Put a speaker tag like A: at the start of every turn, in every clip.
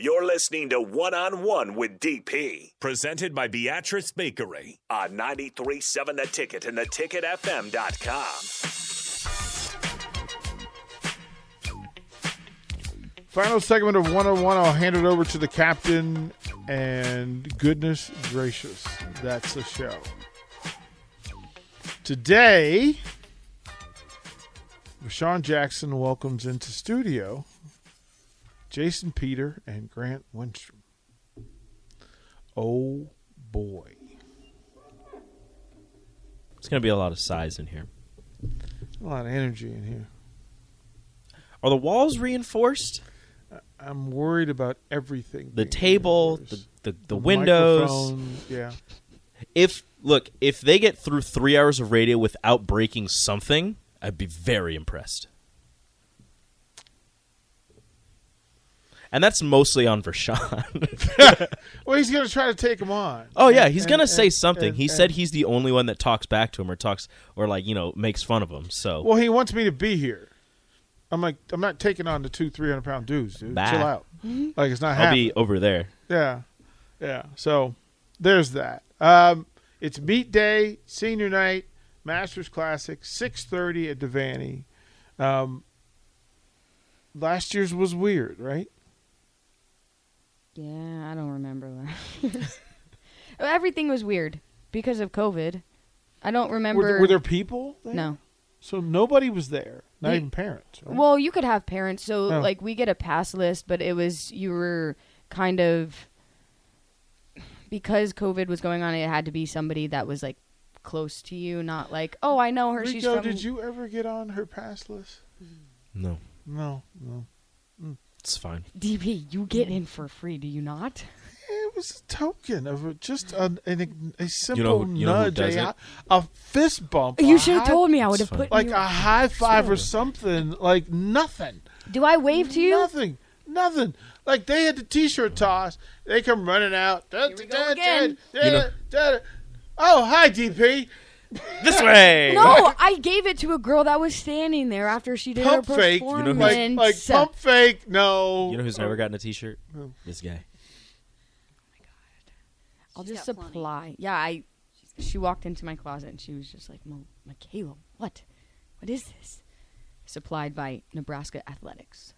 A: You're listening to One on One with DP, presented by Beatrice Bakery on 93.7 The Ticket and theticketfm.com.
B: Final segment of 101. I'll hand it over to the captain. And goodness gracious, that's a show. Today, Rashawn Jackson welcomes into studio Jason Peter and Grant Winstrom. Oh boy.
C: It's going to be a lot of size in here.
B: A lot of energy in here.
C: Are the walls reinforced?
B: I'm worried about everything.
C: The
B: being
C: table,
B: indoors.
C: the, the, the, windows.
B: microphone, Yeah.
C: If look, if they get through three hours of radio without breaking something, I'd be very impressed. And that's mostly on Vershawn.
B: Well, he's going to try to take him on.
C: oh yeah, he's
B: And-
C: gonna
B: and-
C: say something.
B: and-
C: he
B: and-
C: said he's the only one that talks back to him or talks or like you know makes fun of him. So
B: Well, he wants me to be here. I'm like, I'm not taking on the two, three hundred pound dudes, dude.
C: Bye.
B: Chill out.
D: Mm-hmm.
B: Like it's not
C: I'll
B: happening.
C: be over there.
B: Yeah, yeah. So there's that. Um, it's meet day, senior night, Masters Classic, six thirty at Devaney. Um, last year's was weird, right?
D: Yeah, I don't remember last year's. Everything was weird because of COVID. I don't remember.
B: Were, were there people? There?
D: no.
B: So nobody was there. Not
D: We-
B: even parents. right?
D: Well, you could have parents. So,
B: Oh.
D: like, we get a pass list, but it was, you were kind of, because COVID was going on, it had to be somebody that was, like, close to you, not like, oh, I know her. She's
B: Rico,
D: from.
B: did you ever get on her pass list?
C: No,
B: No, no.
C: it's fine.
D: DP, you get in for free, do you not?
B: It was a token of a, just an, an, a simple
C: who- you know who
B: nudge, a,
C: doesn't?
B: hi- a fist bump.
D: You
B: a
D: should have
B: high-
D: told me. I would have
C: fine.
D: put
B: like
D: you.
B: a high five or something. Like nothing,
D: do I wave to you?
B: nothing, nothing. Like they had the t-shirt toss. They come running out. Da-
D: we
B: da-
D: go
B: da-
D: again.
B: da-
C: You know-
B: da- da- Oh, hi, DP.
C: This way.
D: No, I gave it to a girl that was standing there after she did
B: Pump
D: her
B: fake.
D: performance.
C: You know who's-
B: Like, like pump fake. No.
C: You know who's never gotten a T-shirt? This guy.
D: I'll
E: She's
D: just
E: got plenty.
D: apply. Yeah, I. She walked into my closet and she was just like, "Mo- "Michaela, what? What is this?" Supplied by Nebraska Athletics.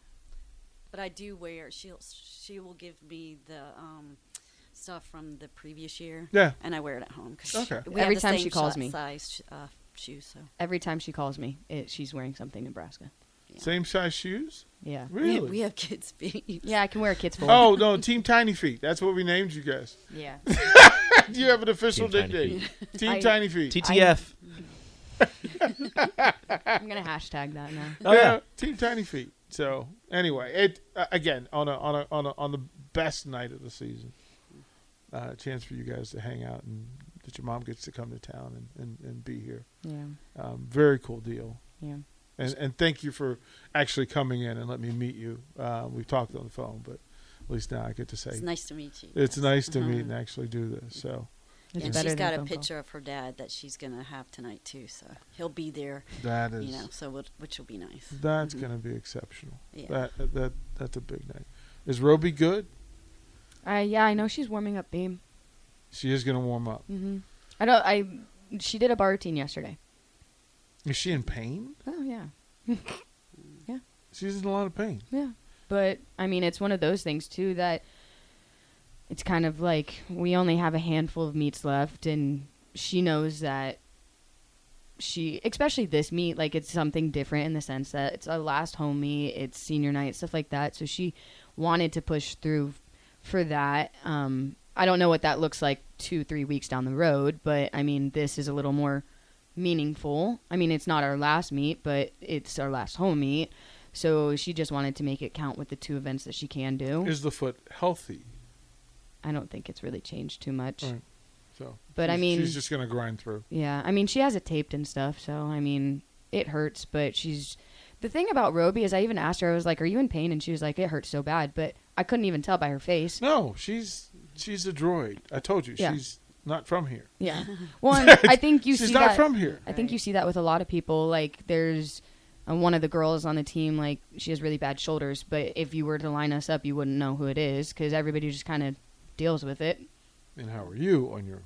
E: But I do wear. She'll she will give me the um, stuff from the previous year.
B: Yeah.
E: And I wear it at home because
B: Okay.
E: we have
D: Every
E: the
D: time
E: same
D: she calls
E: shi-
D: me.
E: size uh, shoes. So
D: Every time she calls me, it, she's wearing something Nebraska.
B: Same size shoes?
D: Yeah.
E: we,
B: Really?
E: we have kids' feet.
D: Yeah, I can wear a kid's full.
B: Oh no, Team Tiny Feet. That's what we named you guys.
D: Yeah.
B: Do you have an official
C: Team Tiny
B: nickname? Team
D: I-
B: Tiny Feet.
C: TTF.
D: I'm gonna hashtag that now.
C: oh yeah.
B: Team Tiny Feet. So anyway, it uh, again on a on a on a on the best night of the season, uh, a chance for you guys to hang out and that your mom gets to come to town and and, and be here.
D: Yeah.
B: Um, very cool deal.
D: Yeah.
B: And and thank you for actually coming in and let me meet you. Uh, we've talked on the phone, but at least now I get to say
E: It's nice to meet you.
B: it's nice to
E: Uh-huh.
B: meet and actually do this. So
D: It's
E: and
D: better than
E: she's got a
D: phone call.
E: picture of her dad that she's gonna have tonight too. So he'll be there.
B: that is
E: You know. Mm-hmm. So which, which will be nice.
B: that's going to be exceptional.
E: Yeah.
B: That that that's a big night. Is Roby good?
D: Uh, yeah, I know she's warming up, babe.
B: She is going to warm up.
D: hmm I don't. I. She did a bar routine yesterday.
B: Is she in pain?
D: Oh yeah.
B: She's in a lot of pain.
D: Yeah. But I mean, it's one of those things too that it's kind of like we only have a handful of meats left, and she knows that she, especially this meat, like it's something different in the sense that it's our last home meet, it's senior night, stuff like that. So she wanted to push through for that. Um, I don't know what that looks like two, three weeks down the road, but I mean, this is a little more meaningful. I mean, it's not our last meet, but it's our last home meet. So she just wanted to make it count with the two events that she can do.
B: Is the foot healthy?
D: I don't think it's really changed too much.
B: Right. So,
D: But I
B: she's-
D: mean-
B: she's just gonna grind through.
D: Yeah, I mean, she has it taped and stuff, so I mean, it hurts, but she's. The thing about Roby is, I even asked her, I was like, Are you in pain? And she was like, It hurts so bad, but I couldn't even tell by her face.
B: No, she's she's a droid. I told you,
D: Yeah.
B: she's not from here.
D: Yeah. Well, and I think you
B: she's
D: see
B: not
D: that.
B: from here.
D: I think you see that with a lot of people. Like, there's uh, one of the girls on the team, like, she has really bad shoulders, but if you were to line us up, you wouldn't know who it is because everybody just kind of deals with it.
B: And how are you on your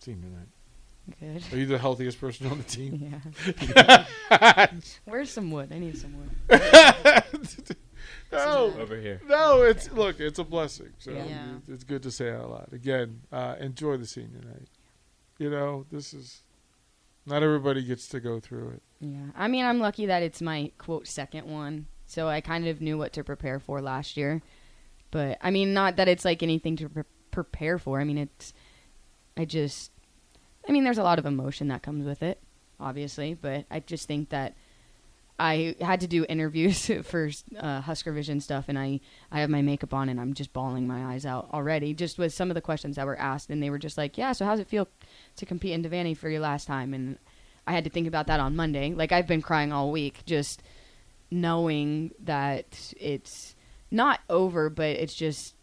B: team tonight?
D: Good.
B: Are you the healthiest person on the team?
D: Yeah. Where's some wood? I need some wood.
B: No,
C: Over here.
B: no. It's look, it's a blessing. So
E: Yeah.
B: it's good to say out loud. Again, uh, enjoy the senior night. You know, this is not everybody gets to go through it.
D: Yeah. I mean, I'm lucky that it's my quote second one. So I kind of knew what to prepare for last year. But I mean, not that it's like anything to pre- prepare for. I mean, it's, I just, I mean, there's a lot of emotion that comes with it, obviously. But I just think that I had to do interviews for uh, Husker Vision stuff, and I, I have my makeup on, and I'm just bawling my eyes out already, just with some of the questions that were asked, and they were just like, "Yeah, so how's it feel to compete in Devaney for your last time?" And I had to think about that on Monday. Like I've been crying all week, just knowing that it's not over, but it's just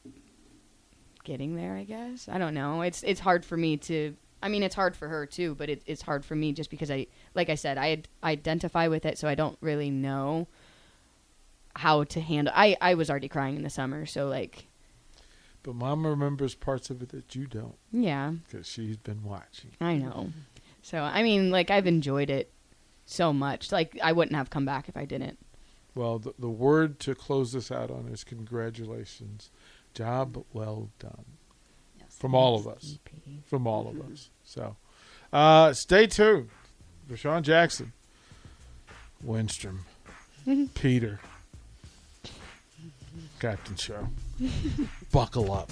D: getting there. I guess I don't know. It's it's hard for me to. I mean, it's hard for her too, but it, it's hard for me just because I, like I said, I ad- identify with it, so I don't really know how to handle. I I was already crying in the summer, so like,
B: But mom remembers parts of it that you don't
D: yeah,
B: because she's been watching.
D: I know. So I mean, like I've enjoyed it so much. Like I wouldn't have come back if I didn't.
B: Well, the, the word to close this out on is congratulations. Job well done.
E: Yes. E Mm-hmm.
B: From all of us. From all of us. So uh, stay tuned. Rashawn Jackson, Winstrom, Peter, Captain Show. Buckle up.